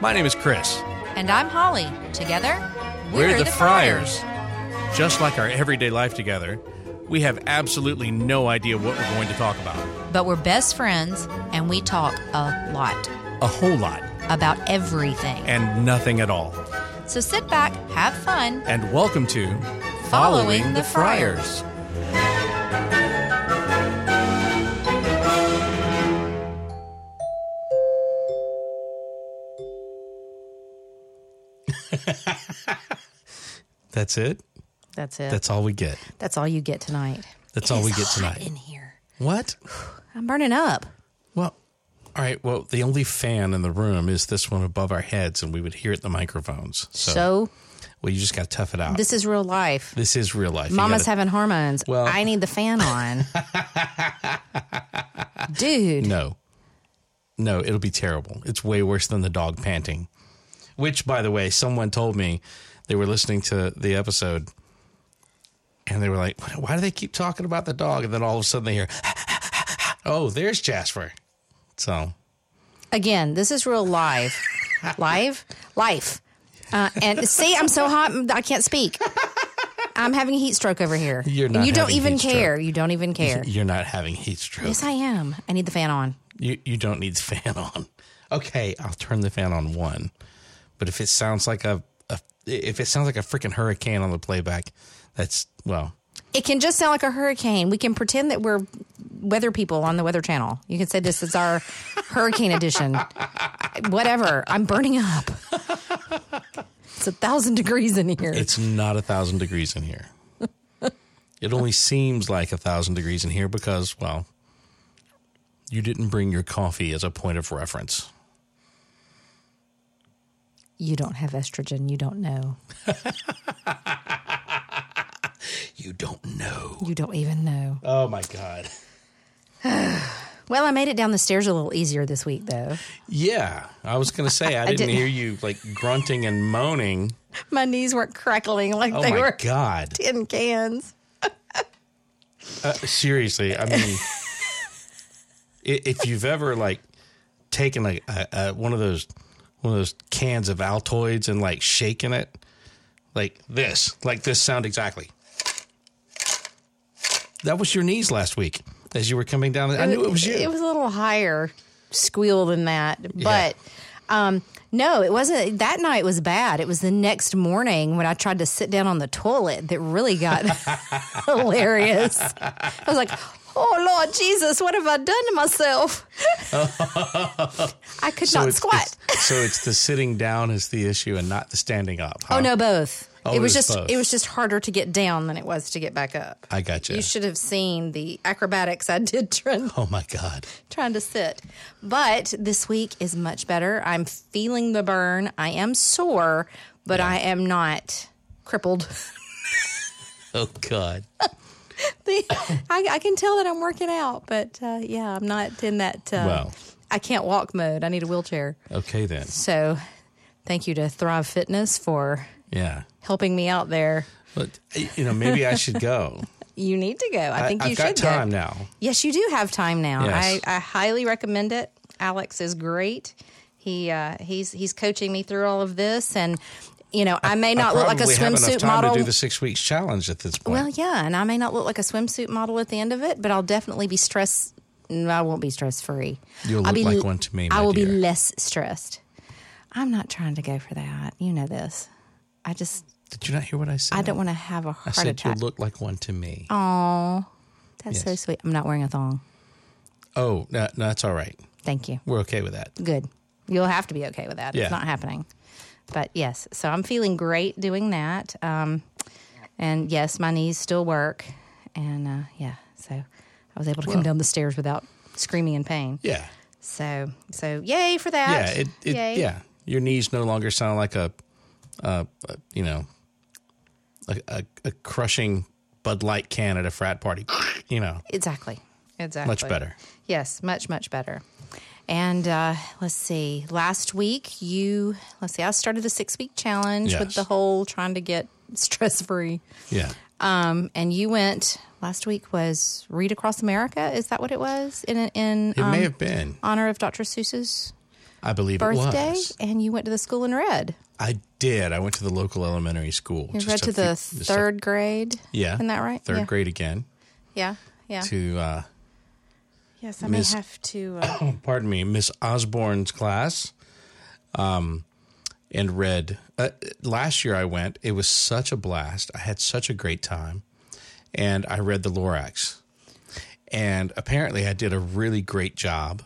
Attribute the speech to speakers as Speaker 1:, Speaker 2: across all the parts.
Speaker 1: My name is Chris.
Speaker 2: And I'm Holly. Together,
Speaker 1: We're, the, Friars. Just like our everyday life together, we have absolutely no idea what we're going to talk about.
Speaker 2: But we're best friends and we talk a lot
Speaker 1: A whole lot
Speaker 2: about everything.
Speaker 1: and nothing at all.
Speaker 2: So sit back, have fun.
Speaker 1: And welcome to
Speaker 2: Following the Friars.
Speaker 1: That's it.
Speaker 2: That's it.
Speaker 1: That's all we get.
Speaker 2: That's all you get tonight.
Speaker 1: That's all we get tonight.
Speaker 2: In here.
Speaker 1: What?
Speaker 2: I'm burning up.
Speaker 1: Well, all right. Well, the only fan in the room is this one above our heads, and we would hear it in the microphones. So,
Speaker 2: So,
Speaker 1: well, you just got to tough it out. This,
Speaker 2: this is real life.
Speaker 1: is real life. You
Speaker 2: Mama's
Speaker 1: gotta-
Speaker 2: having hormones.
Speaker 1: Well-
Speaker 2: I need the fan on. Dude.
Speaker 1: no, no. It'll be terrible. It's way worse than the dog panting. Which, by the way, someone told me they were listening to the episode, and they were like, "Why- "Why do they keep talking about the dog?" And then all of a sudden they hear, "Oh, there's Jasper." So
Speaker 2: Again, this is real live. live? Life. Uh, and see, I'm so hot, mm, I can't speak. I'm having a heat stroke over here.
Speaker 1: You're not
Speaker 2: And you don't
Speaker 1: having
Speaker 2: even
Speaker 1: heat stroke.
Speaker 2: care. You don't even care.
Speaker 1: you're not having heat stroke.
Speaker 2: yes, I am. I need the fan on.
Speaker 1: You you don't need the fan on. Okay, I'll turn the fan on one. But if it sounds like a, a if it sounds like a freaking hurricane on the playback, that's well,
Speaker 2: It can just sound like a hurricane. We can pretend that we're weather people on the Weather Channel. You can say this is our hurricane edition. Whatever. I'm burning up. It's a thousand degrees in here.
Speaker 1: it's not a thousand degrees in here. it only seems like a thousand degrees in here because well, you didn't bring your coffee as a point of reference.
Speaker 2: you don't have estrogen. You don't know.
Speaker 1: You don't know.
Speaker 2: You don't even know.
Speaker 1: Oh my god.
Speaker 2: Well, I made it down the stairs a little easier this week, though.
Speaker 1: Yeah, I was gonna say I, didn't
Speaker 2: didn't-
Speaker 1: hear you like grunting and moaning.
Speaker 2: My knees weren't crackling like
Speaker 1: Oh
Speaker 2: they
Speaker 1: my
Speaker 2: were
Speaker 1: god.
Speaker 2: in cans.
Speaker 1: Seriously, I mean, i- if you've ever like taken like a, a, one of those one of those cans of Altoids and like shaking it, like this, like this sound exactly. That was your knees last week as you were coming down. I knew it was you.
Speaker 2: It was a little higher squeal than that, but um, no, it wasn't. That night was bad. It was the next morning when I tried to sit down on the toilet that really got hilarious. I was like, "Oh Lord Jesus, what have I done to myself?" I could not
Speaker 1: it's,
Speaker 2: squat.
Speaker 1: it's- so it's the sitting down is the issue and not the standing up. huh?
Speaker 2: oh no, both.
Speaker 1: Oh,
Speaker 2: it
Speaker 1: it
Speaker 2: was
Speaker 1: was
Speaker 2: just
Speaker 1: both.
Speaker 2: it was just harder to get down than it was to get back up.
Speaker 1: I got you.
Speaker 2: You should have seen the acrobatics I did trying,
Speaker 1: oh my god.
Speaker 2: trying to sit. But this week is much better. I'm feeling the burn. I am sore, but I am not crippled.
Speaker 1: Oh god.
Speaker 2: The- I, I can tell that I'm working out, but uh, yeah, I'm not in that. Uh,
Speaker 1: Wow.
Speaker 2: I can't walk mode. I need a wheelchair.
Speaker 1: Okay then.
Speaker 2: So thank you to Thrive Fitness for
Speaker 1: Yeah.
Speaker 2: helping me out there.
Speaker 1: But you know, maybe I should go.
Speaker 2: You need to go. I think
Speaker 1: I,
Speaker 2: you
Speaker 1: have got
Speaker 2: should
Speaker 1: time
Speaker 2: go.
Speaker 1: now.
Speaker 2: Yes, you do have time now.
Speaker 1: Yes.
Speaker 2: I, I highly recommend it. Alex is great. He uh, he's he's coaching me through all of this, and you know I may not look like a
Speaker 1: probably have enough
Speaker 2: swimsuit
Speaker 1: time
Speaker 2: model.
Speaker 1: to do the six weeks challenge at this point.
Speaker 2: well, yeah, and I may not look like a swimsuit model at the end of it, but I'll definitely be stress. No, I won't be stress free.
Speaker 1: You'll
Speaker 2: I'll
Speaker 1: look
Speaker 2: be,
Speaker 1: like one to me, my
Speaker 2: I will be
Speaker 1: dear.
Speaker 2: less stressed. I'm not trying to go for that. You know this. I just
Speaker 1: Did you not hear what I said?
Speaker 2: I don't want to have a
Speaker 1: I
Speaker 2: heart
Speaker 1: said
Speaker 2: attack.
Speaker 1: you look like one to me.
Speaker 2: Oh, that's so
Speaker 1: Yes.
Speaker 2: sweet. I'm not wearing a thong.
Speaker 1: Oh, no, no, that's all right.
Speaker 2: Thank you.
Speaker 1: We're okay with that.
Speaker 2: good. You'll have to be okay with that.
Speaker 1: Yeah.
Speaker 2: It's not happening. But yes, so I'm feeling great doing that. Um, and yes, my knees still work. And uh, yeah, so I was able to come down the stairs without screaming in pain.
Speaker 1: Yeah,
Speaker 2: So so yay for
Speaker 1: yeah,
Speaker 2: that.
Speaker 1: it, it,
Speaker 2: yay.
Speaker 1: yeah. Your knees no longer sound like a, uh, uh, you know, a, a, a crushing Bud Light can at a frat party. You know,
Speaker 2: Exactly. Exactly.
Speaker 1: much better.
Speaker 2: Yes, much much better. And uh, let's see. Last week, you let's see. I started the six week challenge with
Speaker 1: Yes.
Speaker 2: the whole trying to get stress free.
Speaker 1: Yeah,
Speaker 2: Um, and you went last week was Read Across America. Is that what it was in in
Speaker 1: it
Speaker 2: um,
Speaker 1: may have been.
Speaker 2: honor of Dr. Seuss's?
Speaker 1: I believe it
Speaker 2: birthday
Speaker 1: was.
Speaker 2: and you went to the school in red.
Speaker 1: I did. I went to the local elementary school.
Speaker 2: You
Speaker 1: just
Speaker 2: read
Speaker 1: a
Speaker 2: to the
Speaker 1: few- just a-
Speaker 2: third grade.
Speaker 1: yeah.
Speaker 2: Isn't that right?
Speaker 1: Third
Speaker 2: yeah.
Speaker 1: grade again.
Speaker 2: Yeah. Yeah.
Speaker 1: To uh,
Speaker 2: yes, I
Speaker 1: Miss-
Speaker 2: may have to. Uh,
Speaker 1: pardon me, Miss Osborne's class, um, and read. Uh, last year I went. It was such a blast. I had such a great time, and I read the Lorax, and apparently I did a really great job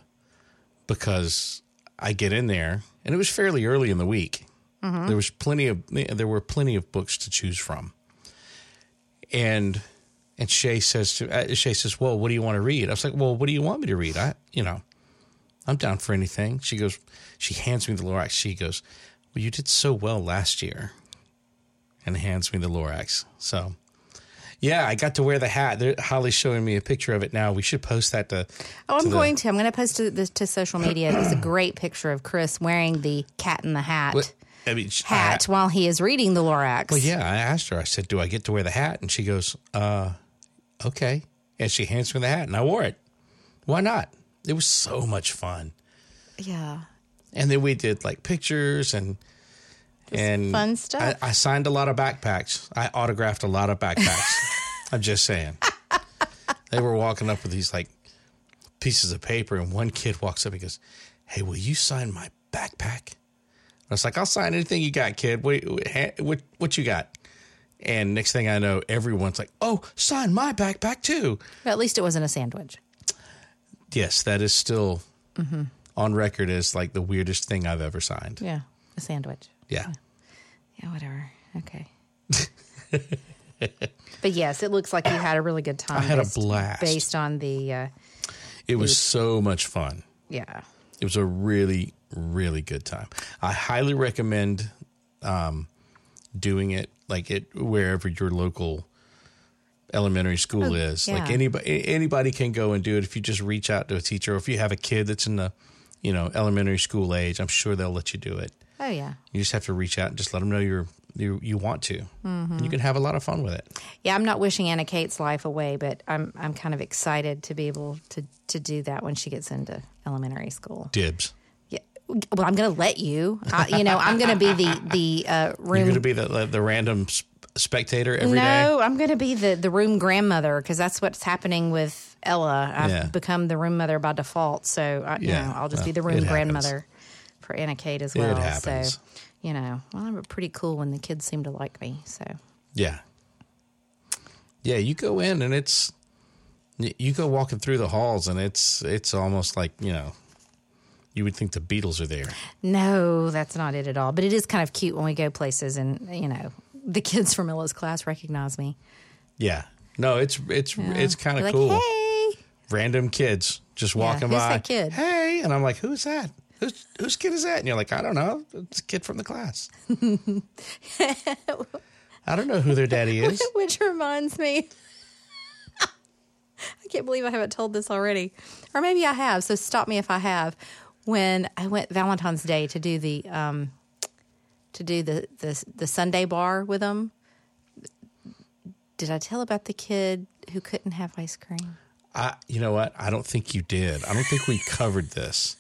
Speaker 1: because I get in there, and it was fairly early in the week. There was plenty of there were plenty of books to choose from, and and Shay says to uh, Shay says, "Well, what do you want to read?" I was like, "Well, what do you want me to read?" I you know, I'm down for anything. She goes, she hands me the Lorax. She goes, "Well, you did so well last year," and hands me the Lorax. So. Yeah, I got to wear the hat. There, Holly's showing me a picture of it now. We should post that to.
Speaker 2: oh, I'm
Speaker 1: to the-
Speaker 2: going to. I'm going to post it this to social media. There's a great picture of Chris wearing the cat in the hat
Speaker 1: I mean, I-
Speaker 2: hat while he is reading the Lorax.
Speaker 1: Well, yeah, I asked her. I said, "Do I get to wear the hat?" And she goes, "Uh, okay." And she hands me the hat, and I wore it. Why not? It was so much fun.
Speaker 2: Yeah.
Speaker 1: And then we did like pictures and and
Speaker 2: fun stuff.
Speaker 1: I, I signed a lot of backpacks. I autographed a lot of backpacks. I'm just saying. They were walking up with these like pieces of paper, and one kid walks up and goes, "Hey, will you sign my backpack?" I was like, "I'll sign anything you got, kid. What what what, what you got?" And next thing I know, everyone's like, "Oh, sign my backpack too."
Speaker 2: But at least it wasn't a sandwich.
Speaker 1: Yes, that is still
Speaker 2: Mm-hmm.
Speaker 1: on record as like the weirdest thing I've ever signed.
Speaker 2: Yeah. A sandwich.
Speaker 1: Yeah.
Speaker 2: Yeah, whatever. Okay. but yes, it looks like you had a really good time. I
Speaker 1: had a blast.
Speaker 2: Based on the, uh,
Speaker 1: It was so much fun.
Speaker 2: yeah.
Speaker 1: It was a really, really good time. I highly recommend um, doing it, like it wherever your local elementary school is. Like
Speaker 2: Oh, yeah.
Speaker 1: anybody, anybody can go and do it if you just reach out to a teacher, or if you have a kid that's in the, you know, elementary school age. I'm sure they'll let you do it.
Speaker 2: Oh, yeah.
Speaker 1: You just have to reach out and just let them know you're you, you want to.
Speaker 2: Mm-hmm.
Speaker 1: And you can have a lot of fun with it.
Speaker 2: Yeah, I'm not wishing Anna Kate's life away, but I'm I'm kind of excited to be able to to do that when she gets into elementary school.
Speaker 1: Dibs.
Speaker 2: Yeah. Well, I'm going to let you. I, you know, I'm going to be the the uh,
Speaker 1: You're
Speaker 2: room.
Speaker 1: going to be the, the the random sp- spectator every day.
Speaker 2: no, I'm going to be the the room grandmother because that's what's happening with Ella. I've
Speaker 1: Yeah.
Speaker 2: become the room mother by default, so I, you
Speaker 1: Yeah,
Speaker 2: know, I'll just be
Speaker 1: well,
Speaker 2: the
Speaker 1: it
Speaker 2: room
Speaker 1: happens.
Speaker 2: grandmother for Anna Kate as well.
Speaker 1: happens.
Speaker 2: So, you know, well, I'm pretty cool when the kids seem to like me. So,
Speaker 1: Yeah. Yeah, you go in and it's y- you go walking through the halls and it's it's almost like, you know, you would think the Beatles are there.
Speaker 2: No, that's not it at all. But it is kind of cute when we go places and, you know, the kids from Ella's class recognize me.
Speaker 1: Yeah. No, it's it's it's kind of
Speaker 2: They're like,
Speaker 1: cool.
Speaker 2: hey.
Speaker 1: Random kids just walking
Speaker 2: who's
Speaker 1: by.
Speaker 2: that kid?
Speaker 1: Hey, and I'm like, "Who's that? Who's whose kid is that?" And you're like, "I don't know. It's a kid from the class." I don't know who their daddy is.
Speaker 2: Which reminds me. I can't believe I haven't told this already. Or maybe I have, so stop me if I have. When I went Valentine's Day to do the um to do the the, the Sunday bar with them, did I tell about the kid who couldn't have ice cream?
Speaker 1: I you know what? I don't think you did. I don't think we covered this.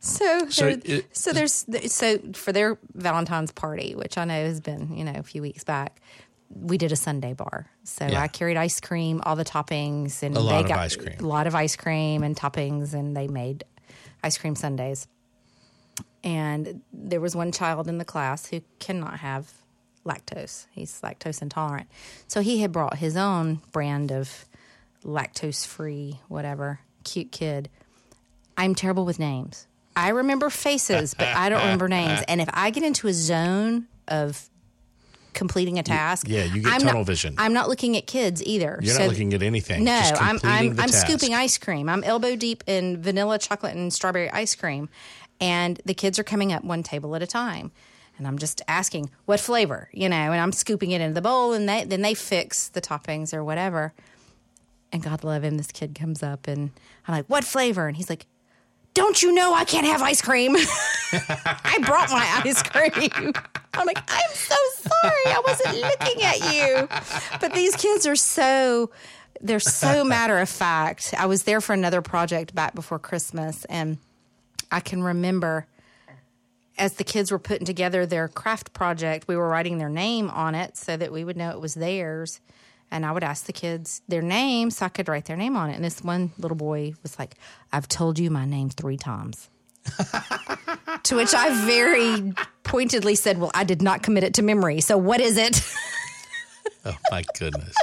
Speaker 2: So,
Speaker 1: So
Speaker 2: there-
Speaker 1: it-
Speaker 2: so there's so for their Valentine's party, which I know has been you know a few weeks back, we did a Sunday bar. So
Speaker 1: Yeah.
Speaker 2: I carried ice cream, all the toppings, and
Speaker 1: A lot
Speaker 2: they
Speaker 1: of
Speaker 2: got
Speaker 1: ice cream.
Speaker 2: a lot of ice cream and toppings, and they made ice cream sundaes. And there was one child in the class who cannot have lactose. He's lactose intolerant, so he had brought his own brand of lactose free whatever. Cute kid. I'm terrible with names. I remember faces, but I don't remember names. And if I get into a zone of completing a task,
Speaker 1: yeah, you get
Speaker 2: I'm
Speaker 1: tunnel
Speaker 2: not,
Speaker 1: vision.
Speaker 2: I'm not looking at kids either.
Speaker 1: You're
Speaker 2: So-
Speaker 1: not looking at anything.
Speaker 2: No,
Speaker 1: Just
Speaker 2: I'm
Speaker 1: completing
Speaker 2: I'm
Speaker 1: the
Speaker 2: I'm
Speaker 1: task.
Speaker 2: scooping ice cream. I'm elbow deep in vanilla, chocolate, and strawberry ice cream, and the kids are coming up one table at a time. And I'm just asking what flavor, you know, and I'm scooping it into the bowl, and they, then they fix the toppings or whatever. And God love him, this kid comes up and I'm like, what flavor? And he's like, don't you know I can't have ice cream? I brought my ice cream. I'm like, I'm so sorry. I wasn't looking at you. But these kids are so, they're so matter of fact. I was there for another project back before Christmas and I can remember as the kids were putting together their craft project, we were writing their name on it so that we would know it was theirs. And I would ask the kids their name so I could write their name on it. And this one little boy was like, I've told you my name three times. to which I very pointedly said, Well, I did not commit it to memory. So what is it?
Speaker 1: Oh my goodness.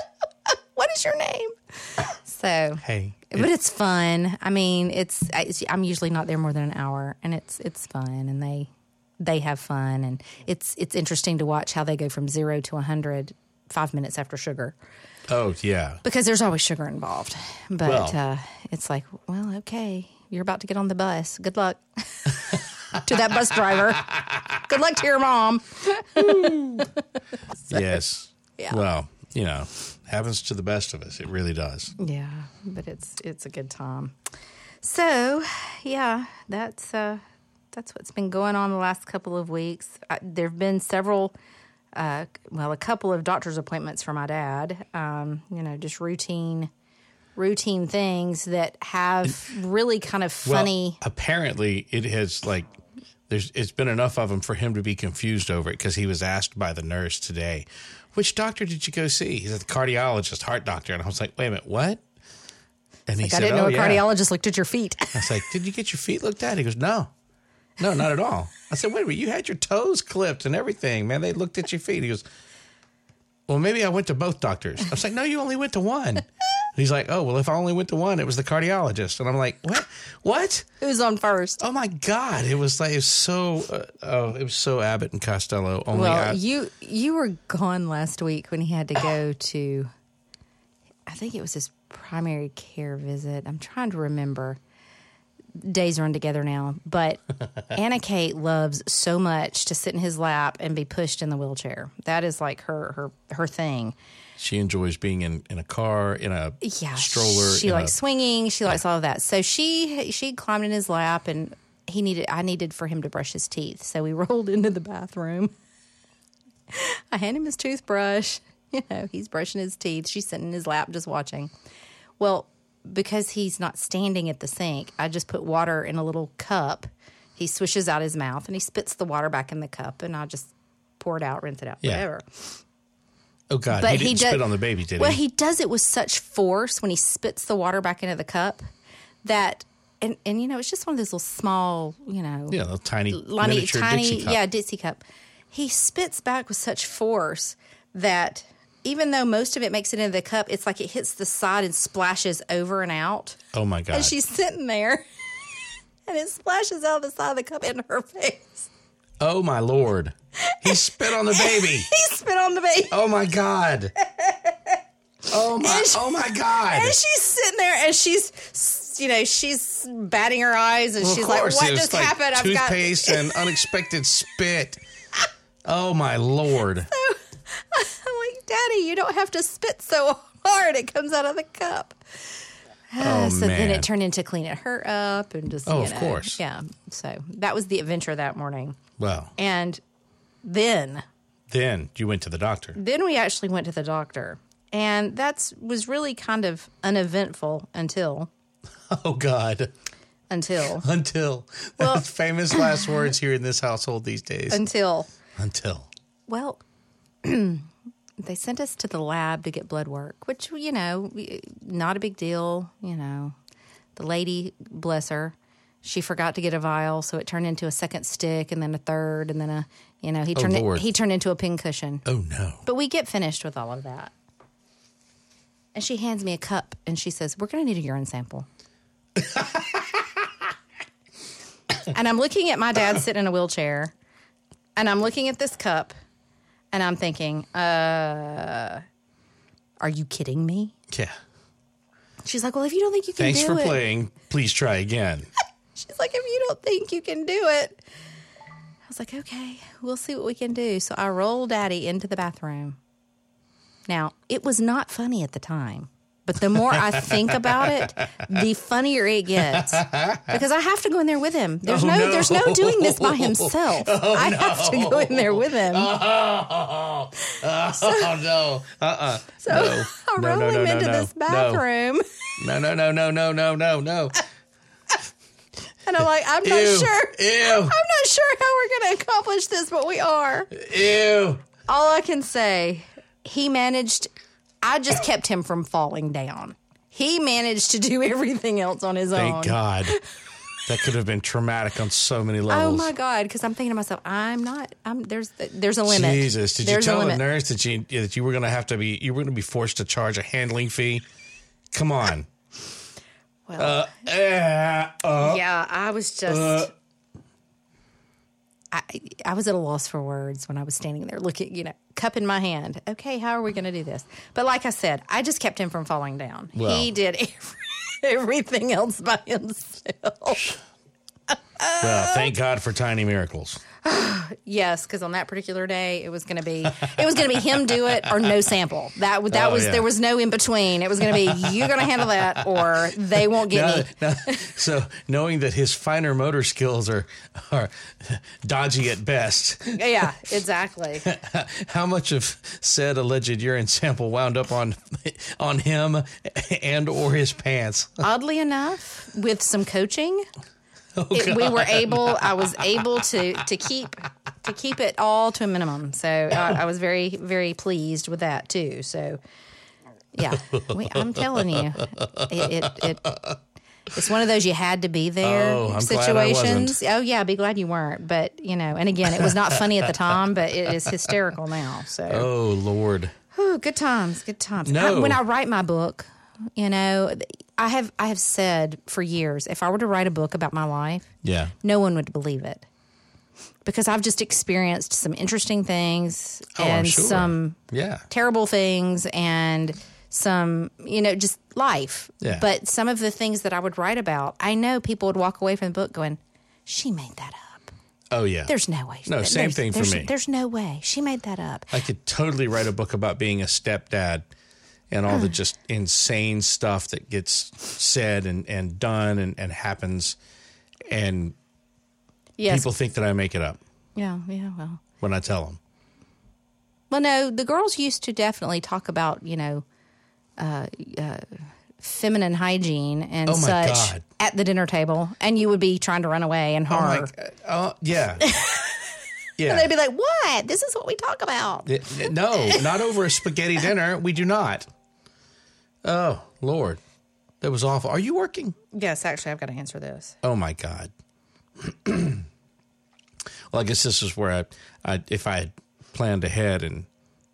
Speaker 2: what is your name? So
Speaker 1: Hey.
Speaker 2: but it's fun. I mean, it's I- it's- I'm usually not there more than an hour, and it's it's fun, and they they have fun, and it's it's interesting to watch how they go from zero to a hundred five minutes after sugar
Speaker 1: Oh yeah.
Speaker 2: because there's always sugar involved. But
Speaker 1: Well-
Speaker 2: uh, it's like, well, okay, you're about to get on the bus. Good luck to that bus driver. Good luck to your mom.
Speaker 1: yes.
Speaker 2: yeah.
Speaker 1: Well, you know, happens to the best of us. It really does.
Speaker 2: Yeah, but it's it's a good time. So, yeah, that's uh, that's what's been going on the last couple of weeks. I, there have been several, uh, well, a couple of doctor's appointments for my dad. Um, you know, just routine, routine things that have really kind of
Speaker 1: Well,
Speaker 2: funny.
Speaker 1: apparently, it has like there's it's been enough of them for him to be confused over it because he was asked by the nurse today, which doctor did you go see? He's a cardiologist, heart doctor, and I was like, wait a minute, what? And he
Speaker 2: I
Speaker 1: said,
Speaker 2: didn't know
Speaker 1: oh
Speaker 2: a
Speaker 1: yeah.
Speaker 2: cardiologist looked at your feet.
Speaker 1: I was like, did you get your feet looked at? He goes, no. No, not at all. I said, wait a minute, you had your toes clipped and everything, man. They looked at your feet. He goes, well, maybe I went to both doctors. I was like, no, you only went to one. And he's like, oh, well, if I only went to one, it was the cardiologist. And I'm like, what? What?
Speaker 2: Who's on first?
Speaker 1: Oh my God! It was like it was so. Uh, oh, it was so Abbott and Costello. Only I-
Speaker 2: Well, you you were gone last week when he had to go to I think it was his primary care visit. I'm trying to remember. Days run together now, but Anna Kate loves so much to sit in his lap and be pushed in the wheelchair. That is like her her her thing.
Speaker 1: she enjoys being in, in a car in a
Speaker 2: Yeah,
Speaker 1: stroller.
Speaker 2: She
Speaker 1: in a-
Speaker 2: likes swinging. She likes all of that. So she she climbed in his lap, and he needed I needed for him to brush his teeth. So we rolled into the bathroom. I hand him his toothbrush. You know, he's brushing his teeth. She's sitting in his lap, just watching. Well, because he's not standing at the sink, I just put water in a little cup. He swishes out his mouth and he spits the water back in the cup, and I just pour it out, rinse it out,
Speaker 1: Yeah.
Speaker 2: whatever
Speaker 1: oh God! he didn't
Speaker 2: does-
Speaker 1: spit on the baby, did
Speaker 2: well,
Speaker 1: he?
Speaker 2: he does it with such force when he spits the water back into the cup that, and and you know, it's just one of those little small, you know,
Speaker 1: Yeah, a tiny
Speaker 2: Lonnie,
Speaker 1: miniature
Speaker 2: tiny,
Speaker 1: Dixie cup.
Speaker 2: yeah, Dixie cup. He spits back with such force that even though most of it makes it into the cup, it's like it hits the side and splashes over and out.
Speaker 1: Oh my God!
Speaker 2: And she's sitting there, and it splashes out the side of the cup in her face.
Speaker 1: oh my Lord! He spit on the baby.
Speaker 2: He spit on the baby.
Speaker 1: Oh my God! Oh my!
Speaker 2: And she-
Speaker 1: oh my God!
Speaker 2: And she's sitting there and she's, you know, she's batting her eyes and
Speaker 1: Well, of
Speaker 2: she's like,
Speaker 1: course,
Speaker 2: what
Speaker 1: it was
Speaker 2: just
Speaker 1: like
Speaker 2: happened?
Speaker 1: Toothpaste and unexpected spit. Oh my Lord!
Speaker 2: I'm like, Daddy, you don't have to spit so hard. It comes out of the cup. Ah,
Speaker 1: Oh
Speaker 2: so then
Speaker 1: man!
Speaker 2: it turned into cleaning her up and just,
Speaker 1: Oh,
Speaker 2: you
Speaker 1: of
Speaker 2: know,
Speaker 1: course.
Speaker 2: Yeah. So that was the adventure that morning.
Speaker 1: well,
Speaker 2: And then
Speaker 1: then you went to the doctor.
Speaker 2: then we actually went to the doctor and that's was really kind of uneventful until
Speaker 1: Oh God!
Speaker 2: until
Speaker 1: until that's famous last words here in this household these days
Speaker 2: until
Speaker 1: until
Speaker 2: Well, they sent us to the lab to get blood work, which, you know, we- not a big deal. You know, the lady, bless her, she forgot to get a vial, so it turned into a second stick and then a third, and then a, you know, he turned
Speaker 1: Lord.
Speaker 2: it, he turned into a pincushion.
Speaker 1: oh no
Speaker 2: But we get finished with all of that. And she hands me a cup and she says, We're going to need a urine sample. and I'm looking at my dad sitting in a wheelchair and I'm looking at this cup and I'm thinking, uh, Are you kidding me?
Speaker 1: yeah
Speaker 2: She's like, Well, if you don't think you can
Speaker 1: thanks
Speaker 2: do
Speaker 1: for
Speaker 2: it.
Speaker 1: playing please try again
Speaker 2: She's like, if you don't think you can do it. I was like, okay, we'll see what we can do. So I rolled Daddy into the bathroom. Now, it was not funny at the time, but the more I think about it, the funnier it gets because I have to go in there with him. There's
Speaker 1: Oh,
Speaker 2: no,
Speaker 1: no.
Speaker 2: there's no doing this by himself. I have to go in there with him.
Speaker 1: oh, oh no uh-uh
Speaker 2: so I
Speaker 1: no,
Speaker 2: roll
Speaker 1: no, no,
Speaker 2: him
Speaker 1: no,
Speaker 2: into
Speaker 1: no,
Speaker 2: this
Speaker 1: no.
Speaker 2: bathroom.
Speaker 1: no no no no no no no no
Speaker 2: And I'm like, I'm not
Speaker 1: Ew.
Speaker 2: sure.
Speaker 1: Ew.
Speaker 2: I'm not sure how we're going to accomplish this, but we are.
Speaker 1: Ew.
Speaker 2: All I can say, he managed, I just kept him from falling down. He managed to do everything else on his own.
Speaker 1: Thank God. That could have been traumatic on so many levels.
Speaker 2: Oh my god! Because I'm thinking to myself, I'm not. I'm there's there's a limit.
Speaker 1: Jesus, did
Speaker 2: there's
Speaker 1: you
Speaker 2: a
Speaker 1: tell the
Speaker 2: limit.
Speaker 1: nurse that you that you were going to have to be you were going to be forced to charge a handling fee? Come on.
Speaker 2: Well,
Speaker 1: Eh, uh,
Speaker 2: yeah, I was just. I, I was at a loss for words when I was standing there looking, you know, cup in my hand. Okay, how are we going to do this? But like I said, I just kept him from falling down.
Speaker 1: Well.
Speaker 2: he did every, everything else by himself.
Speaker 1: well, thank God for tiny miracles.
Speaker 2: Yes, because on that particular day, it was going to be it was going to be him do it or no sample. That w- that
Speaker 1: Oh,
Speaker 2: was
Speaker 1: yeah.
Speaker 2: there was no in between. It was going to be you're going to handle that or they won't get me.
Speaker 1: Now- now- so knowing that his finer motor skills are are dodgy at best,
Speaker 2: Yeah, exactly.
Speaker 1: how much of said alleged urine sample wound up on on him and or his pants?
Speaker 2: Oddly enough, with some coaching,
Speaker 1: Oh,
Speaker 2: it, we were able. I was able to to keep to keep it all to a minimum. So I, I was very very pleased with that too. So yeah, we, I'm telling you, it, it, it it's one of those you had to be there
Speaker 1: Oh, I'm
Speaker 2: situations.
Speaker 1: glad I wasn't.
Speaker 2: Oh yeah, be glad you weren't. But you know, and again, it was not funny at the time, but it is hysterical now. So.
Speaker 1: Oh Lord.
Speaker 2: Whew, good times, good times.
Speaker 1: No.
Speaker 2: I, when I write my book, you know, I have I have said for years, if I were to write a book about my life,
Speaker 1: Yeah.
Speaker 2: no one would believe it because I've just experienced some interesting things
Speaker 1: Oh, I'm
Speaker 2: and
Speaker 1: sure.
Speaker 2: some
Speaker 1: Yeah.
Speaker 2: terrible things and some, you know, just life.
Speaker 1: Yeah.
Speaker 2: But some of the things that I would write about, I know people would walk away from the book going, "She made that up.
Speaker 1: Oh yeah.
Speaker 2: There's no way." she
Speaker 1: No,
Speaker 2: made-
Speaker 1: same
Speaker 2: there's-
Speaker 1: thing for
Speaker 2: there's-
Speaker 1: me.
Speaker 2: There's no way she made that up.
Speaker 1: I could totally write a book about being a stepdad and
Speaker 2: Hmm.
Speaker 1: all the just insane stuff that gets said and, and done and, and happens. And
Speaker 2: Yes.
Speaker 1: people think that I make it up
Speaker 2: yeah. Yeah. Well.
Speaker 1: when I tell them.
Speaker 2: Well, no, the girls used to definitely talk about you know, uh, uh, feminine hygiene and
Speaker 1: Oh, my
Speaker 2: such
Speaker 1: God.
Speaker 2: at the dinner table, and you would be trying to run away and
Speaker 1: I'm
Speaker 2: horror.
Speaker 1: like, uh, oh, yeah.
Speaker 2: and they'd
Speaker 1: Yeah.
Speaker 2: be like, "What? This is what we talk about."
Speaker 1: N- n- No, not over a spaghetti dinner. We do not. Oh, Lord. That was awful. Are you working?
Speaker 2: Yes, actually, I've got to answer this.
Speaker 1: Oh my God. well, I guess this is where I, I if I had planned ahead and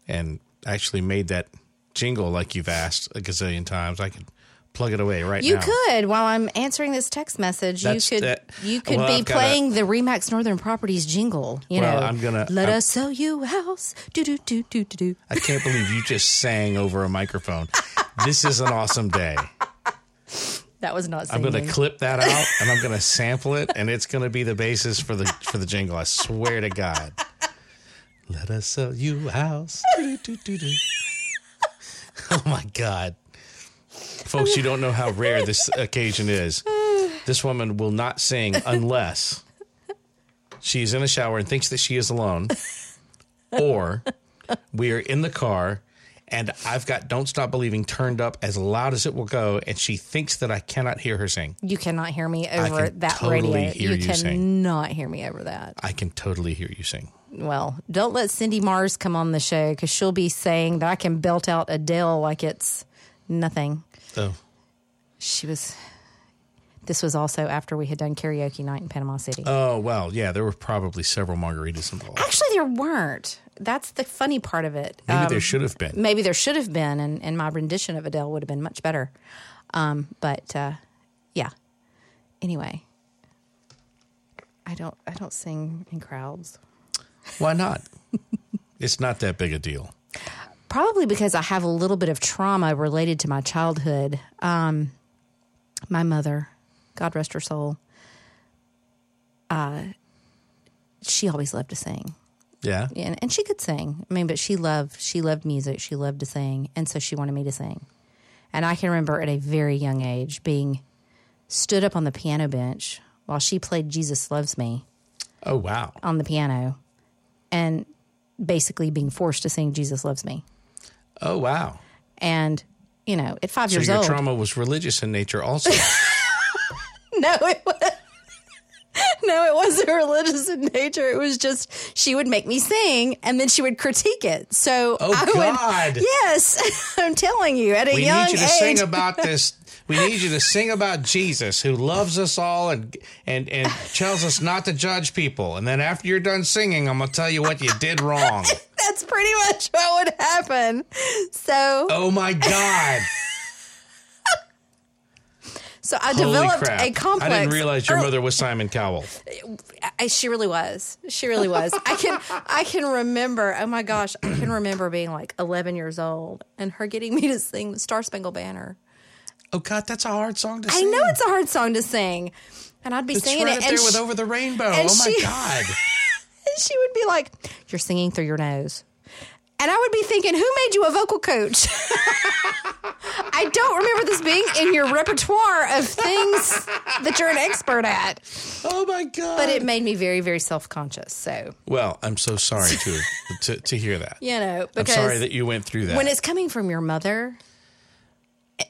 Speaker 1: and actually made that jingle like you've asked a gazillion times, I could plug it away right
Speaker 2: You
Speaker 1: now.
Speaker 2: could, while I'm answering this text message,
Speaker 1: That's-
Speaker 2: you could
Speaker 1: that-
Speaker 2: you could
Speaker 1: well,
Speaker 2: be
Speaker 1: I've gotta-
Speaker 2: playing the Remax Northern Properties jingle. You
Speaker 1: Well,
Speaker 2: know,
Speaker 1: I'm gonna-
Speaker 2: let
Speaker 1: I'm-
Speaker 2: us sell you a house. Do do do do do do.
Speaker 1: I can't believe you just sang over a microphone. this is an awesome day.
Speaker 2: That was not
Speaker 1: I'm
Speaker 2: singing.
Speaker 1: going to clip that out and I'm going to sample it and it's going to be the basis for the for the jingle. I swear to God. Let us sell you a house. Doo-doo-doo-doo-doo. Oh my God. Folks, you don't know how rare this occasion is. This woman will not sing unless she's in a shower and thinks that she is alone or we are in the car and I've got Don't Stop Believing turned up as loud as it will go, and she thinks that I cannot hear her sing.
Speaker 2: You cannot hear me over
Speaker 1: can
Speaker 2: that
Speaker 1: totally
Speaker 2: radio.
Speaker 1: hear you
Speaker 2: cannot
Speaker 1: sing.
Speaker 2: hear me over that.
Speaker 1: I can totally hear you sing.
Speaker 2: Well, don't let Cindy Mars come on the show because she'll be saying that I can belt out Adele like it's nothing.
Speaker 1: Oh,
Speaker 2: She was. This was also after we had done karaoke night in Panama City.
Speaker 1: oh well, yeah, there were probably several margaritas involved.
Speaker 2: Actually, there weren't. That's the funny part of it. Um,
Speaker 1: Maybe there should have been.
Speaker 2: maybe there should have been, and, and my rendition of Adele would have been much better. Um, but uh, yeah. Anyway, I don't. I don't sing in crowds.
Speaker 1: Why not? it's not that big a deal.
Speaker 2: Probably because I have a little bit of trauma related to my childhood. Um, my mother, God rest her soul, uh, she always loved to sing,
Speaker 1: Yeah.
Speaker 2: and, and she could sing. I mean, but she loved she loved music. She loved to sing, and so she wanted me to sing. And I can remember at a very young age being stood up on the piano bench while she played "Jesus Loves Me"
Speaker 1: Oh wow.
Speaker 2: on the piano, and basically being forced to sing "Jesus Loves Me."
Speaker 1: Oh wow.
Speaker 2: and you know at five
Speaker 1: So
Speaker 2: years
Speaker 1: your
Speaker 2: old
Speaker 1: trauma was religious in nature, also.
Speaker 2: no it was no, it wasn't religious in nature. It was just she would make me sing and then she would critique it. So
Speaker 1: Oh,
Speaker 2: I
Speaker 1: God.
Speaker 2: would Yes, I'm telling you, at a
Speaker 1: We
Speaker 2: young
Speaker 1: need you to
Speaker 2: age.
Speaker 1: sing about this. We need you to sing about Jesus who loves us all and and and tells us not to judge people. And then after you're done singing, I'm gonna tell you what you did wrong.
Speaker 2: That's pretty much what would happen. So
Speaker 1: Oh my God!
Speaker 2: so I
Speaker 1: Holy
Speaker 2: developed
Speaker 1: crap!
Speaker 2: a complex.
Speaker 1: I didn't realize your
Speaker 2: early-
Speaker 1: mother was Simon Cowell.
Speaker 2: I, she really was. She really was. I can I can remember. Oh my gosh, I can remember being like 11 years old and her getting me to sing the Star Spangled Banner.
Speaker 1: Oh God, that's a hard song to
Speaker 2: I
Speaker 1: sing.
Speaker 2: know it's a hard song to sing, and I'd be
Speaker 1: It's
Speaker 2: singing
Speaker 1: right
Speaker 2: it,
Speaker 1: up there
Speaker 2: and
Speaker 1: with
Speaker 2: she,
Speaker 1: Over the Rainbow.
Speaker 2: and
Speaker 1: oh my
Speaker 2: she-
Speaker 1: God!
Speaker 2: she would be like, "You're singing through your nose," and I would be thinking, "Who made you a vocal coach?" I don't remember this being in your repertoire of things that you're an expert at,
Speaker 1: Oh my God!
Speaker 2: but it made me very, very self conscious. So
Speaker 1: well, I'm so sorry to to, to hear that.
Speaker 2: you know,
Speaker 1: I'm
Speaker 2: because
Speaker 1: sorry that you went through that.
Speaker 2: when it's coming from your mother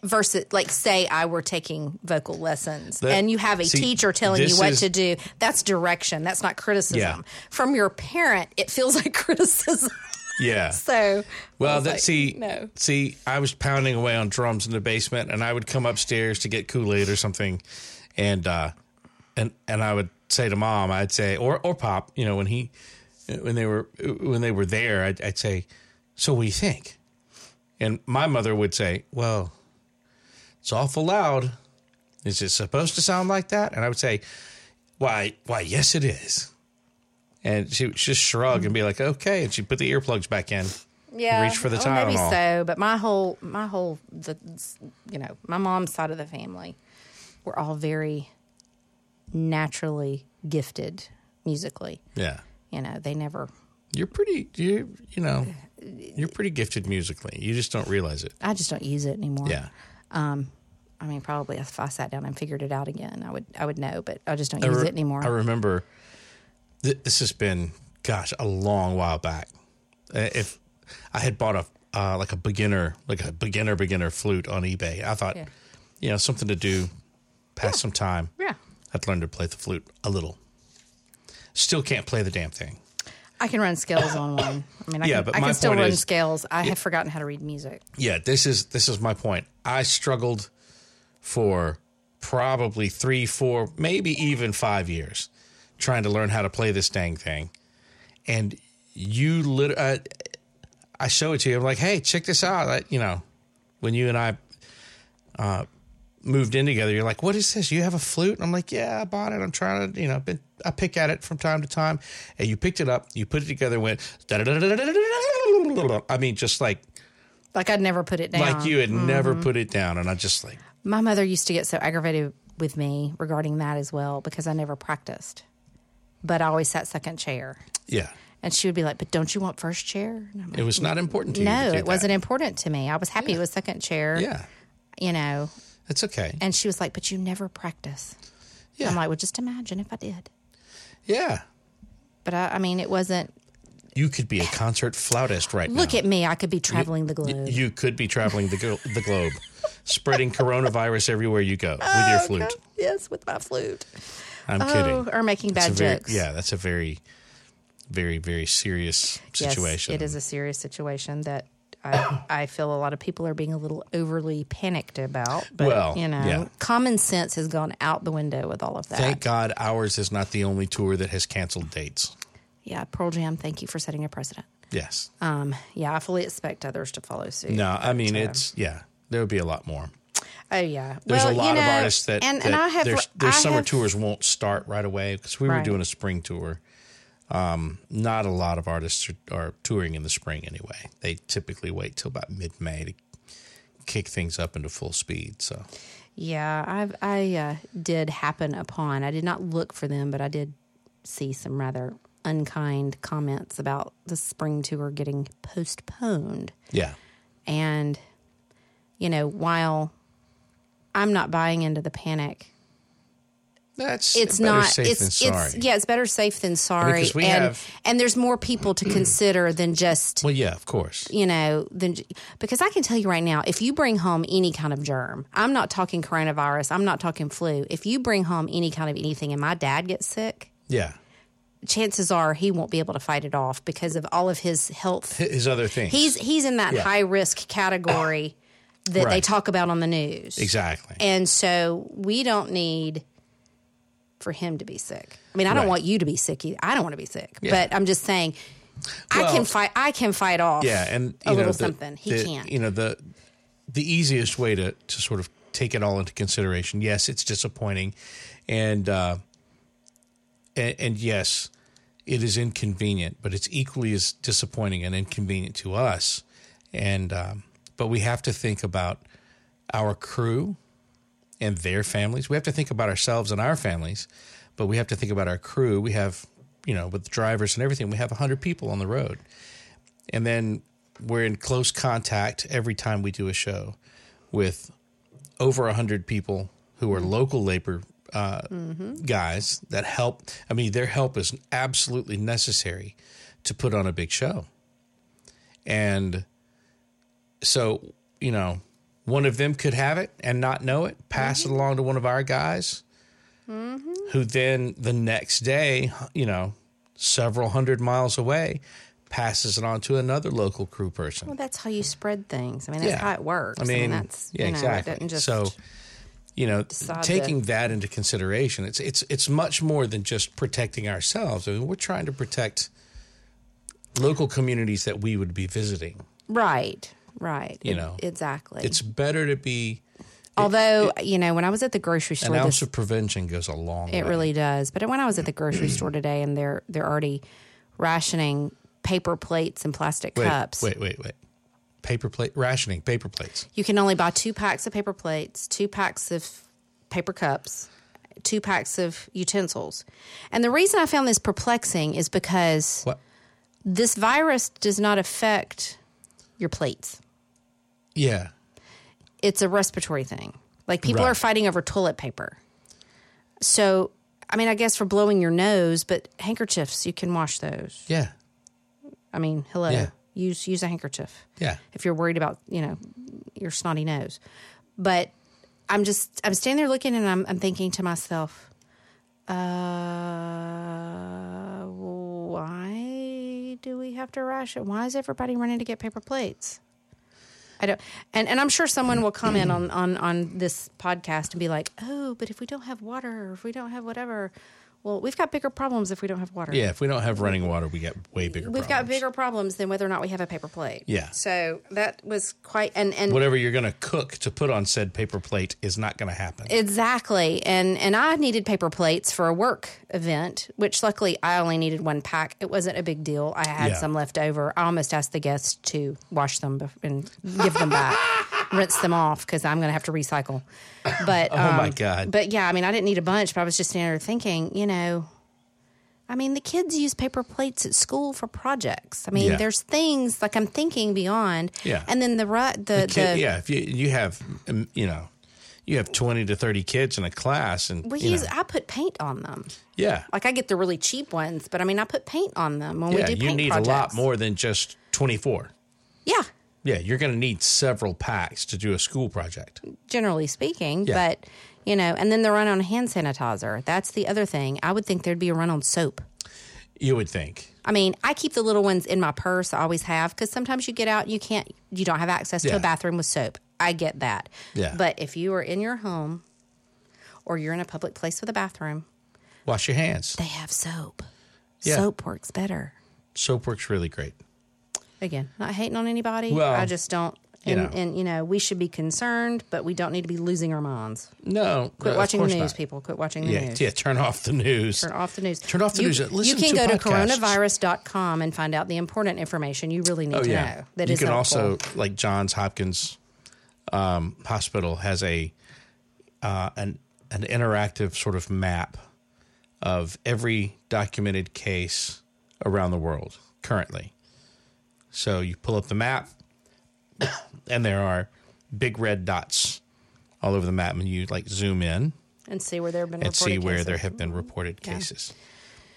Speaker 2: versus like say i were taking vocal lessons
Speaker 1: That-
Speaker 2: and you have a
Speaker 1: see,
Speaker 2: teacher telling you
Speaker 1: this
Speaker 2: what
Speaker 1: is-
Speaker 2: to do that's direction that's not criticism
Speaker 1: Yeah.
Speaker 2: from your parent it feels like criticism
Speaker 1: yeah.
Speaker 2: so I
Speaker 1: Well,
Speaker 2: was
Speaker 1: that
Speaker 2: like,
Speaker 1: see,
Speaker 2: no
Speaker 1: see, I was pounding away on drums in the basement, and I would come upstairs to get Kool Aid or something, and uh, and and I would say to Mom, I'd say, or or Pop, you know, when he, when they were when they were there, I'd, I'd say, so what do you think? And my mother would say, well, it's awful loud. Is it supposed to sound like that? And I would say, why, why, yes, it is. And she would just shrug and be like, okay. And she'd put the earplugs back in.
Speaker 2: yeah
Speaker 1: reach for the
Speaker 2: oh, maybe
Speaker 1: Tylenol.
Speaker 2: so but my whole my whole the you know my mom's side of the family we're all very naturally gifted musically
Speaker 1: Yeah.
Speaker 2: you know they never
Speaker 1: You're pretty you you know you're pretty gifted musically. You just don't realize it.
Speaker 2: i just don't use it anymore
Speaker 1: Yeah.
Speaker 2: I mean, probably if I sat down and figured it out again, I would I would know, but I just don't use it anymore.
Speaker 1: I remember th- this has been gosh, a long while back. Uh, If I had bought a uh, like a beginner like a beginner beginner flute on eBay. I thought
Speaker 2: Yeah.
Speaker 1: you know, something to do pass some time.
Speaker 2: yeah,
Speaker 1: I'd learn to play the flute a little. Still can't play the damn thing.
Speaker 2: I can run scales on one. I mean, I
Speaker 1: Yeah,
Speaker 2: can,
Speaker 1: but
Speaker 2: I
Speaker 1: my
Speaker 2: can still
Speaker 1: point
Speaker 2: run
Speaker 1: is-
Speaker 2: scales. I have forgotten how to read music.
Speaker 1: yeah this is this is my point i struggled for probably three four maybe even five years trying to learn how to play this dang thing and you lit- uh, i show it to you i'm like hey check this out I, you know when you and i uh, moved in together you're like what is this you have a flute and i'm like yeah i bought it i'm trying to you know been, i pick at it from time to time and you picked it up you put it together and went i mean just like
Speaker 2: Like I'd never put it down.
Speaker 1: like you had never
Speaker 2: Mm-hmm.
Speaker 1: put it down and i just like
Speaker 2: My mother used to get so aggravated with me regarding that as well because I never practiced, but I always sat second chair,
Speaker 1: yeah
Speaker 2: and she would be like, "But don't you want first chair?" And I'm like,
Speaker 1: it was not important to you to
Speaker 2: no,
Speaker 1: do
Speaker 2: it wasn't important to me. I was happy with second chair.
Speaker 1: that. yeah
Speaker 2: you know.
Speaker 1: that's okay
Speaker 2: And she was like, "But you never practice."
Speaker 1: Yeah.
Speaker 2: I'm like, "Well, just imagine if I did."
Speaker 1: yeah
Speaker 2: But I, I mean, it wasn't.
Speaker 1: you could be a concert flautist right
Speaker 2: Look
Speaker 1: now
Speaker 2: at me. I could be traveling the globe.
Speaker 1: you could be traveling the, glo- the globe spreading coronavirus everywhere you go with your flute
Speaker 2: yes, with my flute.
Speaker 1: i'm
Speaker 2: Oh,
Speaker 1: kidding
Speaker 2: or making
Speaker 1: It's a
Speaker 2: bad
Speaker 1: very-
Speaker 2: jokes.
Speaker 1: yeah that's a very very very serious
Speaker 2: Yes,
Speaker 1: situation
Speaker 2: it is a serious situation that I, I feel a lot of people are being a little overly panicked about. But,
Speaker 1: Well,
Speaker 2: you know,
Speaker 1: yeah.
Speaker 2: common sense has gone out the window with all of that.
Speaker 1: thank god ours is not the only tour that has canceled dates
Speaker 2: yeah, Pearl Jam, thank you for setting a precedent.
Speaker 1: yes
Speaker 2: Um, yeah, I fully expect others to follow suit.
Speaker 1: no i mean it's yeah there would be a lot more
Speaker 2: Oh, yeah.
Speaker 1: There's
Speaker 2: well,
Speaker 1: a lot
Speaker 2: you know,
Speaker 1: of artists that,
Speaker 2: And,
Speaker 1: that
Speaker 2: and I have.
Speaker 1: their, their
Speaker 2: I
Speaker 1: summer
Speaker 2: have-
Speaker 1: tours won't start right away because we were
Speaker 2: Right.
Speaker 1: doing a spring tour. Um, not a lot of artists are, are touring in the spring anyway. They typically wait till about mid May to kick things up into full speed. So
Speaker 2: Yeah, I've, I uh, did happen upon. I did not look for them, but I did see some rather unkind comments about the spring tour getting postponed.
Speaker 1: yeah,
Speaker 2: And you know, while I'm not buying into the panic,
Speaker 1: That's
Speaker 2: it's
Speaker 1: better
Speaker 2: not
Speaker 1: safe
Speaker 2: it's
Speaker 1: than sorry.
Speaker 2: it's yeah it's better safe than sorry
Speaker 1: Because we
Speaker 2: and
Speaker 1: have-
Speaker 2: and there's more people to consider than just
Speaker 1: Well, yeah, of course.
Speaker 2: you know than j- because i can tell you right now if you bring home any kind of germ i'm not talking coronavirus i'm not talking flu if you bring home any kind of anything and my dad gets sick
Speaker 1: Yeah,
Speaker 2: chances are he won't be able to fight it off because of all of his health
Speaker 1: his other things.
Speaker 2: he's he's in that
Speaker 1: Yeah.
Speaker 2: high risk category that they
Speaker 1: Right.
Speaker 2: talk about on the news
Speaker 1: exactly.
Speaker 2: and so we don't need for him to be sick. I mean, I don't
Speaker 1: Right.
Speaker 2: want you to be sick. Either. I don't want to be sick,
Speaker 1: Yeah.
Speaker 2: but I'm just saying I
Speaker 1: Well-
Speaker 2: can fight. I can fight off.
Speaker 1: yeah, and you
Speaker 2: a
Speaker 1: know,
Speaker 2: little
Speaker 1: the-
Speaker 2: something. He
Speaker 1: the-
Speaker 2: can't.
Speaker 1: You know the the easiest way to to sort of take it all into consideration. Yes, it's disappointing, and uh, and, and yes, it is inconvenient, but it's equally as disappointing and inconvenient to us. And um, but we have to think about our crew and their families. We have to think about ourselves and our families, but we have to think about our crew. We have, you know, with drivers and everything, we have 100 people on the road. And then we're in close contact every time we do a show with over 100 people who are local labor uh, guys that help. I mean, their help is absolutely necessary to put on a big show. And so, you know, one of them could have it and not know it, pass it along to one of our guys, who then the next day, you know, several hundred miles away, passes it on to another local crew person.
Speaker 2: well, that's how you spread things. I mean, that's
Speaker 1: Yeah.
Speaker 2: how it works.
Speaker 1: I mean,
Speaker 2: that's
Speaker 1: yeah,
Speaker 2: you know,
Speaker 1: exactly.
Speaker 2: It doesn't just,
Speaker 1: so, you know,
Speaker 2: decide
Speaker 1: taking that into consideration, it's it's it's much more than just protecting ourselves. I mean, we're trying to protect local communities that we would be visiting.
Speaker 2: right, right.
Speaker 1: You know,
Speaker 2: exactly.
Speaker 1: It's better to be
Speaker 2: Although you know, when I was at the grocery
Speaker 1: an
Speaker 2: store, this,
Speaker 1: ounce of prevention goes a long
Speaker 2: It
Speaker 1: way.
Speaker 2: really does. But when I was at the grocery store today, and they're they're already rationing paper plates and plastic
Speaker 1: wait,
Speaker 2: cups.
Speaker 1: wait, wait, wait. Paper plate rationing, paper plates.
Speaker 2: You can only buy two packs of paper plates, two packs of paper cups, two packs of utensils. And the reason I found this perplexing is because
Speaker 1: What?
Speaker 2: this virus does not affect your plates.
Speaker 1: Yeah,
Speaker 2: It's a respiratory thing. Like people
Speaker 1: Right.
Speaker 2: are fighting over toilet paper. So, I mean, I guess for blowing your nose, but handkerchiefs, you can wash those.
Speaker 1: yeah,
Speaker 2: I mean, hello.
Speaker 1: Yeah.
Speaker 2: Use use a handkerchief.
Speaker 1: yeah.
Speaker 2: if you're worried about you know your snotty nose but i'm just i'm standing there looking and i'm, I'm thinking to myself uh why do we have to ration why is everybody running to get paper plates I don't, and, and I'm sure someone will comment on, on, on this podcast and be like, oh, but if we don't have water, or if we don't have whatever, well, we've got bigger problems if we don't have water
Speaker 1: Yeah, if we don't have running water, we get way bigger
Speaker 2: we've got
Speaker 1: problems.
Speaker 2: bigger problems than whether or not we have a paper plate.
Speaker 1: Yeah.
Speaker 2: So that was quite and and
Speaker 1: Whatever you're going to cook to put on said paper plate is not going to happen.
Speaker 2: exactly and and I needed paper plates for a work event, which luckily I only needed one pack. It wasn't a big deal. I had
Speaker 1: Yeah.
Speaker 2: some left over. I almost asked the guests to wash them bef- and give them back. Rinse them off because I'm going to have to recycle. But um,
Speaker 1: Oh, my God.
Speaker 2: But yeah, I mean, I didn't need a bunch, but I was just standing there thinking, you know, I mean, the kids use paper plates at school for projects. I mean,
Speaker 1: Yeah.
Speaker 2: there's things like I'm thinking beyond.
Speaker 1: Yeah.
Speaker 2: And then the ru- the, the,
Speaker 1: Kid- yeah, if you you have um, you know you have twenty to thirty kids in a class, and
Speaker 2: we
Speaker 1: you
Speaker 2: use
Speaker 1: know,
Speaker 2: I put paint on them.
Speaker 1: yeah,
Speaker 2: Like I get the really cheap ones, but I mean, I put paint on them when
Speaker 1: yeah,
Speaker 2: we do paint
Speaker 1: you need
Speaker 2: projects.
Speaker 1: a lot more than just twenty four.
Speaker 2: Yeah,
Speaker 1: Yeah, you're going to need several packs to do a school project.
Speaker 2: generally speaking,
Speaker 1: Yeah.
Speaker 2: but you know, and then the run on hand sanitizer. That's the other thing. I would think there'd be a run on soap.
Speaker 1: You would think,
Speaker 2: I mean, I keep the little ones in my purse. I always have because sometimes you get out, and you can't, you don't have access to
Speaker 1: Yeah.
Speaker 2: a bathroom with soap. I get that.
Speaker 1: Yeah.
Speaker 2: But if you are in your home or you're in a public place with a bathroom,
Speaker 1: wash your hands.
Speaker 2: they have soap.
Speaker 1: Yeah.
Speaker 2: Soap works better.
Speaker 1: Soap works really great.
Speaker 2: Again, not hating on anybody.
Speaker 1: Well,
Speaker 2: I just don't.
Speaker 1: you
Speaker 2: And,
Speaker 1: know.
Speaker 2: and you know we should be concerned, but we don't need to be losing our minds.
Speaker 1: No,
Speaker 2: Quit
Speaker 1: no, of
Speaker 2: watching the
Speaker 1: course
Speaker 2: news,
Speaker 1: not.
Speaker 2: people. Quit watching the
Speaker 1: Yeah,
Speaker 2: news.
Speaker 1: yeah. Turn off the news.
Speaker 2: Turn off the news.
Speaker 1: Turn off the
Speaker 2: you,
Speaker 1: news. Listen
Speaker 2: you can
Speaker 1: to
Speaker 2: go
Speaker 1: podcasts.
Speaker 2: to coronavirus.com and find out the important information you really need
Speaker 1: Oh
Speaker 2: to
Speaker 1: yeah.
Speaker 2: know. That
Speaker 1: you
Speaker 2: is
Speaker 1: can
Speaker 2: helpful.
Speaker 1: also like Johns Hopkins um, Hospital has a uh, an an interactive sort of map of every documented case around the world currently. So you pull up the map, and there are big red dots all over the map, and you like zoom in,
Speaker 2: and see where there have been
Speaker 1: and see
Speaker 2: reported
Speaker 1: where
Speaker 2: cases. Mm-hmm.
Speaker 1: there have been reported cases.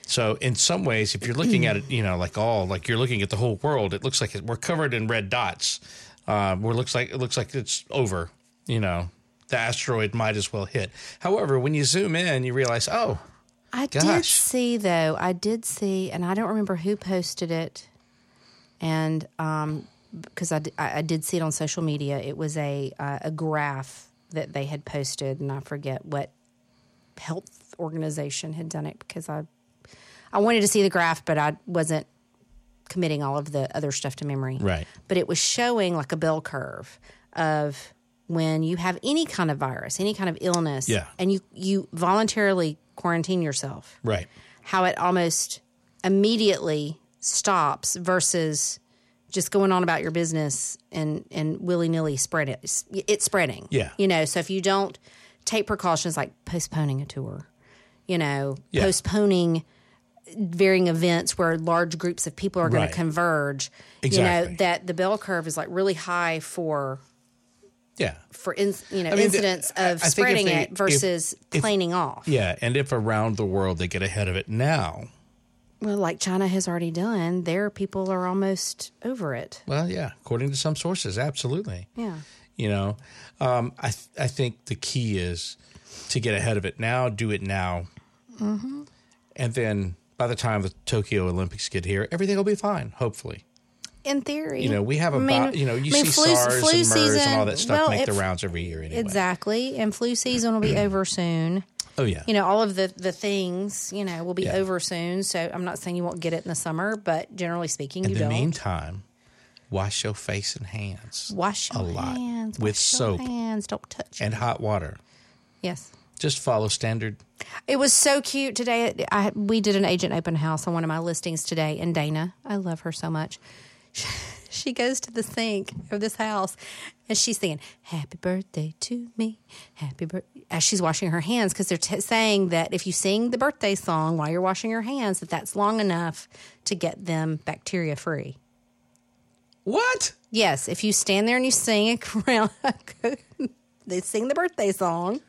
Speaker 1: So in some ways, if you're looking at it, you know, like all like you're looking at the whole world, it looks like it, we're covered in red dots. Um, where it looks like it looks like it's over. You know, the asteroid might as well hit. However, when you zoom in, you realize, oh,
Speaker 2: I did
Speaker 1: Gosh.
Speaker 2: see though. I did see, and I don't remember who posted it, and um, because I, di- I I did see it on social media. It was a uh, a graph that they had posted, and I forget what health organization had done it because I I wanted to see the graph, but I wasn't committing all of the other stuff to memory.
Speaker 1: Right.
Speaker 2: But it was showing like a bell curve of when you have any kind of virus, any kind of illness,
Speaker 1: Yeah.
Speaker 2: and you you voluntarily quarantine yourself,
Speaker 1: right,
Speaker 2: how it almost immediately stops versus just going on about your business and and willy nilly spread it. It's spreading.
Speaker 1: Yeah.
Speaker 2: you know. So if you don't take precautions like postponing a tour, you know,
Speaker 1: Yeah.
Speaker 2: postponing varying events where large groups of people are going
Speaker 1: Right.
Speaker 2: to converge. You
Speaker 1: Exactly.
Speaker 2: know that the bell curve is like really high for
Speaker 1: yeah,
Speaker 2: for in, you know
Speaker 1: mean, the-
Speaker 2: incidents
Speaker 1: I- I
Speaker 2: of
Speaker 1: think if
Speaker 2: spreading
Speaker 1: they-
Speaker 2: it versus planing off.
Speaker 1: yeah. And if around the world they get ahead of it now,
Speaker 2: Well, like China has already done, their people are almost over it.
Speaker 1: well, yeah, according to some sources, absolutely.
Speaker 2: Yeah.
Speaker 1: You know, um, I th- I think the key is to get ahead of it now, do it now,
Speaker 2: Mm-hmm.
Speaker 1: and then by the time the Tokyo Olympics get here, everything will be fine. Hopefully,
Speaker 2: In theory,
Speaker 1: you know, we have a bo- you know you see SARS and MERS and all that stuff
Speaker 2: well,
Speaker 1: make
Speaker 2: it-
Speaker 1: the Mm-hmm. rounds every year anyway.
Speaker 2: Exactly, and flu season will be over soon.
Speaker 1: Oh yeah,
Speaker 2: You know, all of the the things you know will be
Speaker 1: Yeah.
Speaker 2: over soon. So I'm not saying you won't get it in the summer, but generally speaking,
Speaker 1: in
Speaker 2: you
Speaker 1: the
Speaker 2: don't.
Speaker 1: meantime, wash your face and hands
Speaker 2: wash your
Speaker 1: a lot
Speaker 2: hands
Speaker 1: with
Speaker 2: wash your
Speaker 1: soap.
Speaker 2: hands. Don't touch.
Speaker 1: and hot water.
Speaker 2: yes.
Speaker 1: Just follow standard.
Speaker 2: It was so cute today. I, we did an agent open house on one of my listings today, and Dana, I love her so much. She, she goes to the sink of this house, and she's singing "Happy Birthday to Me," "Happy Birthday" as she's washing her hands because they're t- saying that if you sing the birthday song while you're washing your hands, that that's long enough to get them bacteria free.
Speaker 1: What?
Speaker 2: Yes, if you stand there and you sing it around, they sing the birthday song.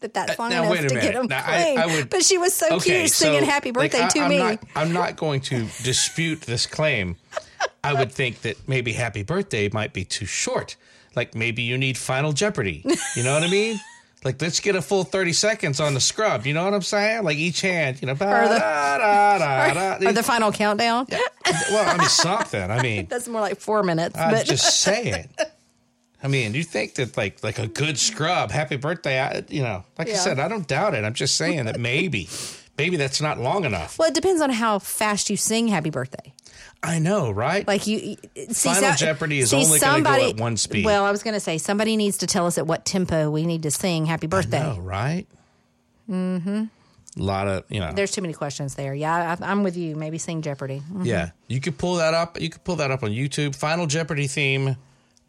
Speaker 2: That that's long
Speaker 1: Uh, now,
Speaker 2: enough
Speaker 1: wait a
Speaker 2: to get
Speaker 1: minute.
Speaker 2: them
Speaker 1: Now, I-
Speaker 2: clean.
Speaker 1: I would-
Speaker 2: but she was so cute singing
Speaker 1: so,
Speaker 2: "Happy
Speaker 1: like,
Speaker 2: Birthday"
Speaker 1: I-
Speaker 2: to
Speaker 1: I'm
Speaker 2: me.
Speaker 1: Not, I'm not going to dispute this claim. I would think that maybe "Happy Birthday" might be too short. Like maybe you need Final Jeopardy. You know what I mean? Like let's get a full thirty seconds on the scrub. You know what I'm saying? Like each hand, you know, da,
Speaker 2: the-
Speaker 1: da, da, da, da.
Speaker 2: or the final countdown.
Speaker 1: well, I mean something. I mean,
Speaker 2: That's more like four minutes.
Speaker 1: I'm
Speaker 2: but
Speaker 1: just saying. I mean, you think that like like a good scrub, happy birthday, I, you know. Like I
Speaker 2: Yeah.
Speaker 1: said, I don't doubt it. I'm just saying that maybe, maybe that's not long enough.
Speaker 2: well, it depends on how fast you sing "Happy Birthday."
Speaker 1: I know, right?
Speaker 2: Like you see,
Speaker 1: Final Jeopardy is only gonna go
Speaker 2: somebody-
Speaker 1: at one speed.
Speaker 2: Well, I was going to say somebody needs to tell us at what tempo we need to sing "Happy Birthday."
Speaker 1: no, right? Mm-hmm. A lot of you know,
Speaker 2: There's too many questions there. Yeah, I, I'm with you. Maybe sing Jeopardy. Mm,
Speaker 1: yeah. You could pull that up. You could pull that up on YouTube. Final Jeopardy theme,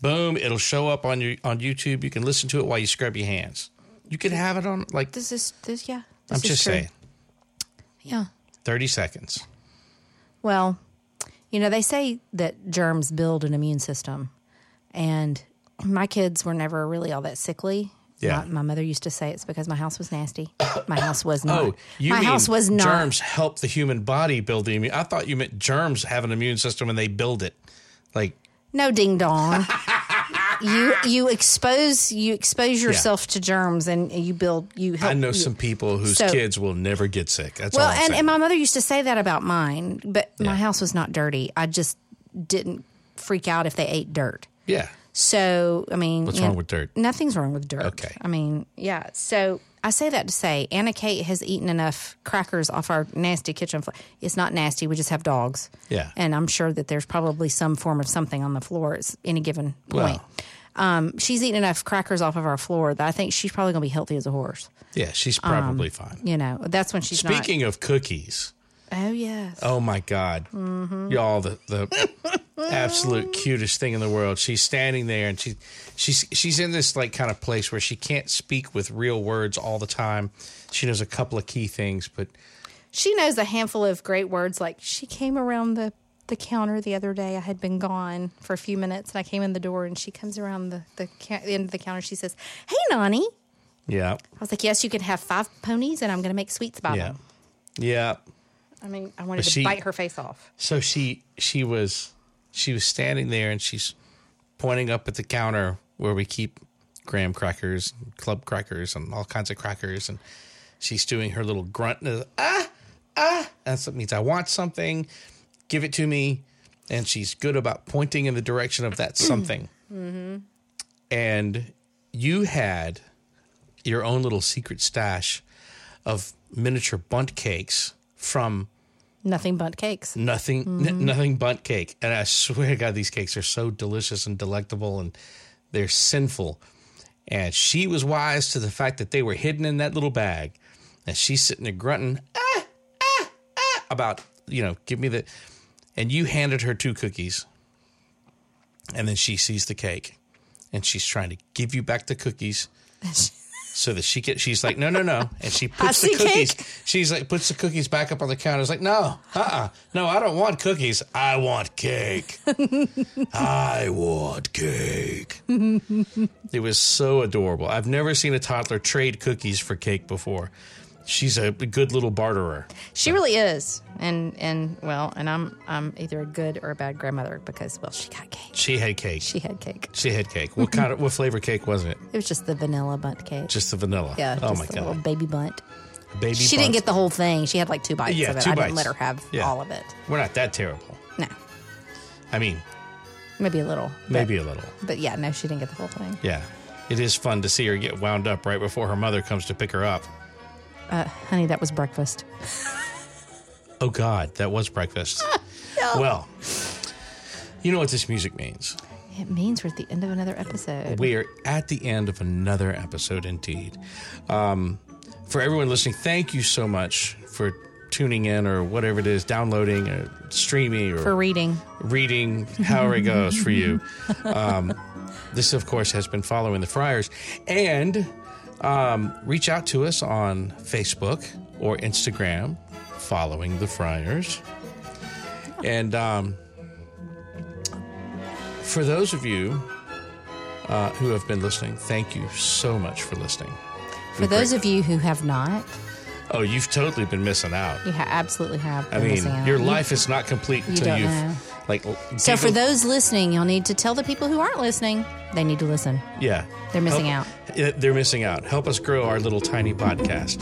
Speaker 1: boom! It'll show up on your on YouTube. You can listen to it while you scrub your hands. You could have it on like
Speaker 2: This is this. Yeah, this
Speaker 1: I'm
Speaker 2: is
Speaker 1: just
Speaker 2: true.
Speaker 1: saying,
Speaker 2: Yeah.
Speaker 1: thirty seconds.
Speaker 2: Well, you know, they say that germs build an immune system. And my kids were never really all that sickly.
Speaker 1: Yeah.
Speaker 2: My, my mother used to say it's because my house was nasty. My house was not.
Speaker 1: Oh, you
Speaker 2: my
Speaker 1: mean
Speaker 2: house was not.
Speaker 1: germs help the human body build the immune. I thought you meant germs have an immune system and they build it. Like
Speaker 2: No ding dong. you you expose you expose yourself to germs and you build you help
Speaker 1: I know
Speaker 2: you-
Speaker 1: some people whose
Speaker 2: Oh, So-
Speaker 1: kids will never get sick. That's
Speaker 2: Well,
Speaker 1: all. I'm
Speaker 2: and,
Speaker 1: saying.
Speaker 2: and my mother used to say that about mine, but my house was not dirty. I just didn't freak out if they ate dirt.
Speaker 1: yeah,
Speaker 2: So, I mean,
Speaker 1: What's
Speaker 2: you know,
Speaker 1: wrong with dirt?
Speaker 2: Nothing's wrong with dirt.
Speaker 1: Okay.
Speaker 2: I mean, yeah. So I say that to say Anna Kate has eaten enough crackers off our nasty kitchen floor. It's not nasty. We just have dogs.
Speaker 1: Yeah.
Speaker 2: And I'm sure that there's probably some form of something on the floor at any given point.
Speaker 1: Well.
Speaker 2: um, she's eaten enough crackers off of our floor that I think she's probably going to be healthy as a horse.
Speaker 1: yeah, she's
Speaker 2: Um,
Speaker 1: probably fine.
Speaker 2: You know, that's when she's
Speaker 1: Speaking of cookies,
Speaker 2: not. Oh, yes.
Speaker 1: oh my god, y'all, the the absolute cutest thing in the world. She's standing there and she she's she's in this like kind of place where she can't speak with real words all the time. She knows a couple of key things, but
Speaker 2: she knows a handful of great words like she came around the the counter the other day i had been gone for a few minutes and i came in the door and she comes around the the, ca- the end of the counter she says hey nani
Speaker 1: Yeah.
Speaker 2: I was like, yes, you can have five ponies, and I'm going to make sweets by
Speaker 1: Yeah.
Speaker 2: them.
Speaker 1: Yeah.
Speaker 2: I mean, I wanted
Speaker 1: But
Speaker 2: to
Speaker 1: she-
Speaker 2: bite her face off.
Speaker 1: So she she was she was standing there and she's pointing up at the counter where we keep graham crackers, club crackers, and all kinds of crackers, and she's doing her little grunt and ah ah. That's what means I want something. Give it to me. And she's good about pointing in the direction of that something. And you had your own little secret stash of miniature bunt cakes from
Speaker 2: Nothing but cakes.
Speaker 1: nothing n- nothing but cake and i swear to god these cakes are so delicious and delectable and they're sinful and she was wise to the fact that they were hidden in that little bag and she's sitting there grunting ah, ah, ah, about you know give me the and you handed her two cookies and then she sees the cake and she's trying to give you back the cookies so that she can she's like no no no and she puts the
Speaker 2: see
Speaker 1: cookies she's like puts the cookies back up on the counter it's like no uh-uh no i don't want cookies i want cake i want cake it was so adorable i've never seen a toddler trade cookies for cake before she's a good little barterer
Speaker 2: She really is, and and well, and I'm I'm either a good or a bad grandmother because well, she got cake.
Speaker 1: she had cake
Speaker 2: She had cake.
Speaker 1: she had cake what kind of what flavor cake was it
Speaker 2: It was just the vanilla bunt cake.
Speaker 1: just the vanilla
Speaker 2: yeah.
Speaker 1: oh
Speaker 2: just
Speaker 1: my
Speaker 2: the
Speaker 1: god
Speaker 2: little baby bunt.
Speaker 1: baby
Speaker 2: She
Speaker 1: buns.
Speaker 2: didn't get the whole thing. She had like two bites
Speaker 1: Yeah,
Speaker 2: of it.
Speaker 1: two
Speaker 2: I
Speaker 1: bites.
Speaker 2: didn't let her have
Speaker 1: Yeah.
Speaker 2: all of it.
Speaker 1: we're not that terrible
Speaker 2: No,
Speaker 1: i mean
Speaker 2: maybe a little. but-
Speaker 1: maybe a little
Speaker 2: But, yeah, no, she didn't get the whole thing.
Speaker 1: Yeah. It is fun to see her get wound up right before her mother comes to pick her up.
Speaker 2: Honey, that was breakfast.
Speaker 1: Oh, God, that was breakfast. Well, you know what this music means.
Speaker 2: It means we're at the end of another episode.
Speaker 1: We are at the end of another episode, indeed. Um, for everyone listening, thank you so much for tuning in or whatever it is, downloading or streaming or
Speaker 2: For reading,
Speaker 1: reading, however it goes for you. Um, this, of course, has been following the Friars. And um, reach out to us on Facebook or Instagram, following the Friars. And um, for those of you uh, who have been listening, thank you so much for listening.
Speaker 2: for those of you who have not,
Speaker 1: Oh, you've totally been missing out.
Speaker 2: you ha- absolutely have.
Speaker 1: I
Speaker 2: been missing
Speaker 1: mean,
Speaker 2: out.
Speaker 1: your
Speaker 2: You-
Speaker 1: life is not complete until
Speaker 2: don't
Speaker 1: you
Speaker 2: know.
Speaker 1: have like.
Speaker 2: So for
Speaker 1: giggled-
Speaker 2: those listening, you'll need to tell the people who aren't listening they need to listen.
Speaker 1: Yeah.
Speaker 2: They're missing
Speaker 1: out. they're missing out. Help us grow our little tiny podcast.